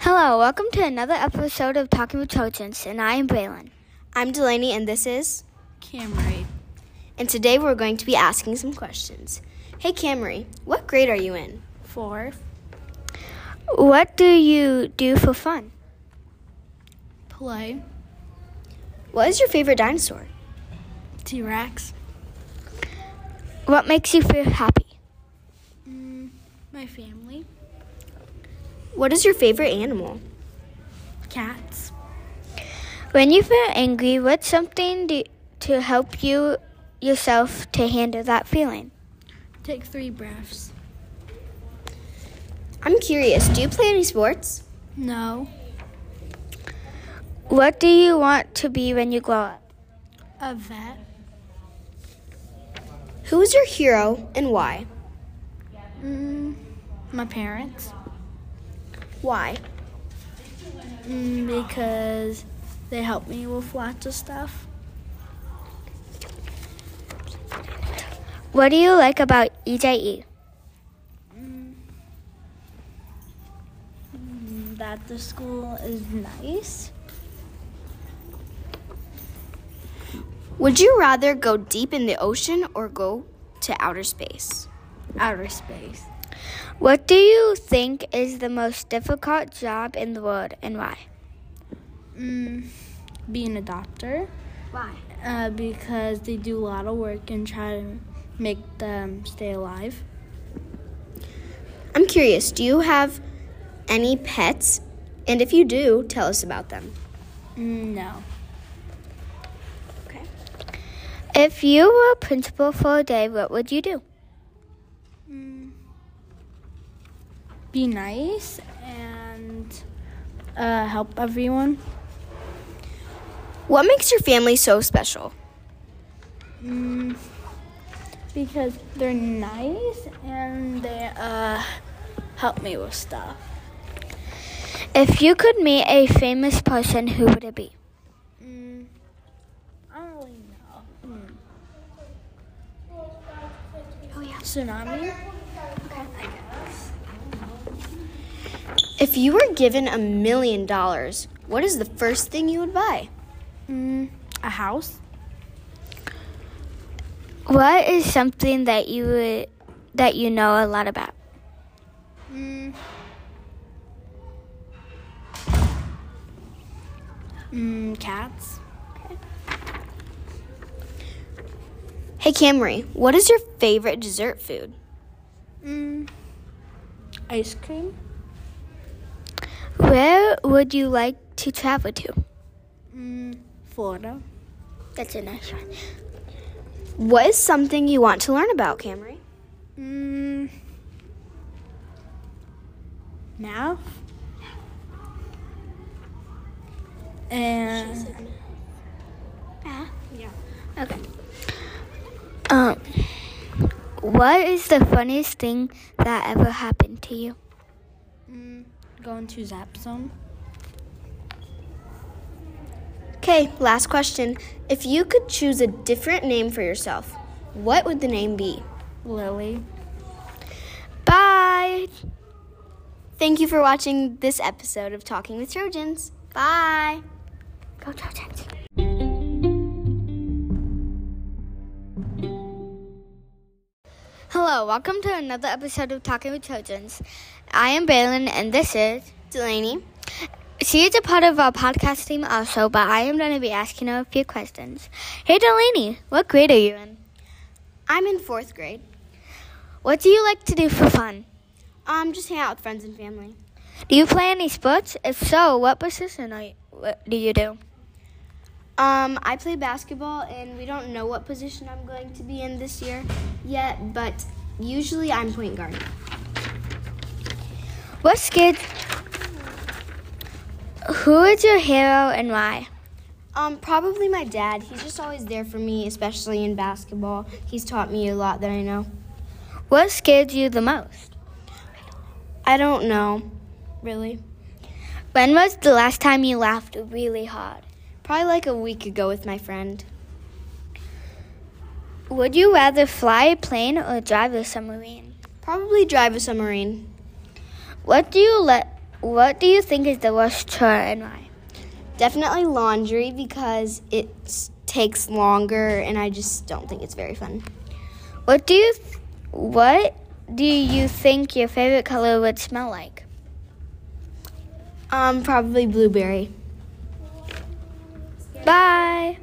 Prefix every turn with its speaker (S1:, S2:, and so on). S1: Hello, welcome to another episode of Talking with Trojans, and I am Braylon.
S2: I'm Delaney, and this is.
S3: Camry,
S2: And today we're going to be asking some questions. Hey, Camry, what grade are you in?
S3: four,
S1: What do you do for fun?
S3: play,
S2: What is your favorite dinosaur?
S3: T Rex.
S1: What makes you feel happy?
S3: Mm, my family,
S2: What is your favorite animal?
S3: cats,
S1: When you feel angry, what's something do, to help you yourself to handle that feeling?
S3: take three breaths.
S2: I'm curious, do you play any sports?
S3: No,
S1: What do you want to be when you grow up?
S3: a vet,
S2: Who is your hero and why?
S3: mm, my parents,
S2: Why?
S3: mm, because they help me with lots of stuff.
S1: What do you like about E EJE?
S3: Mm, That the school is nice.
S2: Would you rather go deep in the ocean or go to outer space?
S3: Outer space.
S1: What do you think is the most difficult job in the world and why?
S3: Mm, being a doctor.
S2: Why?
S3: Uh, because they do a lot of work and try to make them stay alive.
S2: I'm curious, do you have any pets? And if you do, tell us about them.
S3: Mm, no.
S2: Okay.
S1: If you were a principal for a day, what would you do?
S3: Mm. Be nice and uh, help everyone.
S2: What makes your family so special?
S3: Mm. Because they're nice and they uh, help me with stuff.
S1: If you could meet a famous person, who would it be?
S3: Mm. I don't really know. Mm. Oh, yeah. Tsunami?
S2: If you were given a million dollars, what is the first thing you would buy?
S3: Mm. A house?
S1: What is something that you would, that you know a lot about?
S3: Mm. Mm, cats?
S2: Hey Camry, what is your favorite dessert food?
S3: Mm. Ice cream?
S1: Where would you like to travel to?
S3: Mm, Florida.
S1: That's a nice one.
S2: What is something you want to learn about, Camry?
S3: Mm. Now. And
S1: Uh, Okay. Um, what is the funniest thing that ever happened to you?
S3: mm, going to Zap Zone.
S2: Okay, last question. If you could choose a different name for yourself, what would the name be?
S3: Lily.
S1: Bye.
S2: Thank you for watching this episode of Talking with Trojans. Bye!
S1: Go Trojans. Hello, welcome to another episode of Talking with Trojans. I am Braylon, and this is
S2: Delaney.
S1: She is a part of our podcast team also, but I am going to be asking her a few questions. Hey, Delaney, what grade are you in?
S2: I'm in fourth grade.
S1: What do you like to do for fun?
S2: Um, just hang out with friends and family.
S1: Do you play any sports? If so, what position are you, what do you do?
S2: Um, I play basketball, and we don't know what position I'm going to be in this year yet, but usually I'm point guard.
S1: What scared? Who is your hero and why?
S2: Um, probably my dad. He's just always there for me, especially in basketball. He's taught me a lot that I know.
S1: What scared you the most?
S2: I don't know, really.
S1: When was the last time you laughed really hard?
S2: Probably like a week ago with my friend.
S1: Would you rather fly a plane or drive a submarine?
S2: Probably drive a submarine.
S1: What do you let? What do you think is the worst chore and why?
S2: Definitely laundry because it takes longer and I just don't think it's very fun.
S1: What do you th- what do you think your favorite color would smell like?
S2: Um, probably blueberry.
S1: Bye.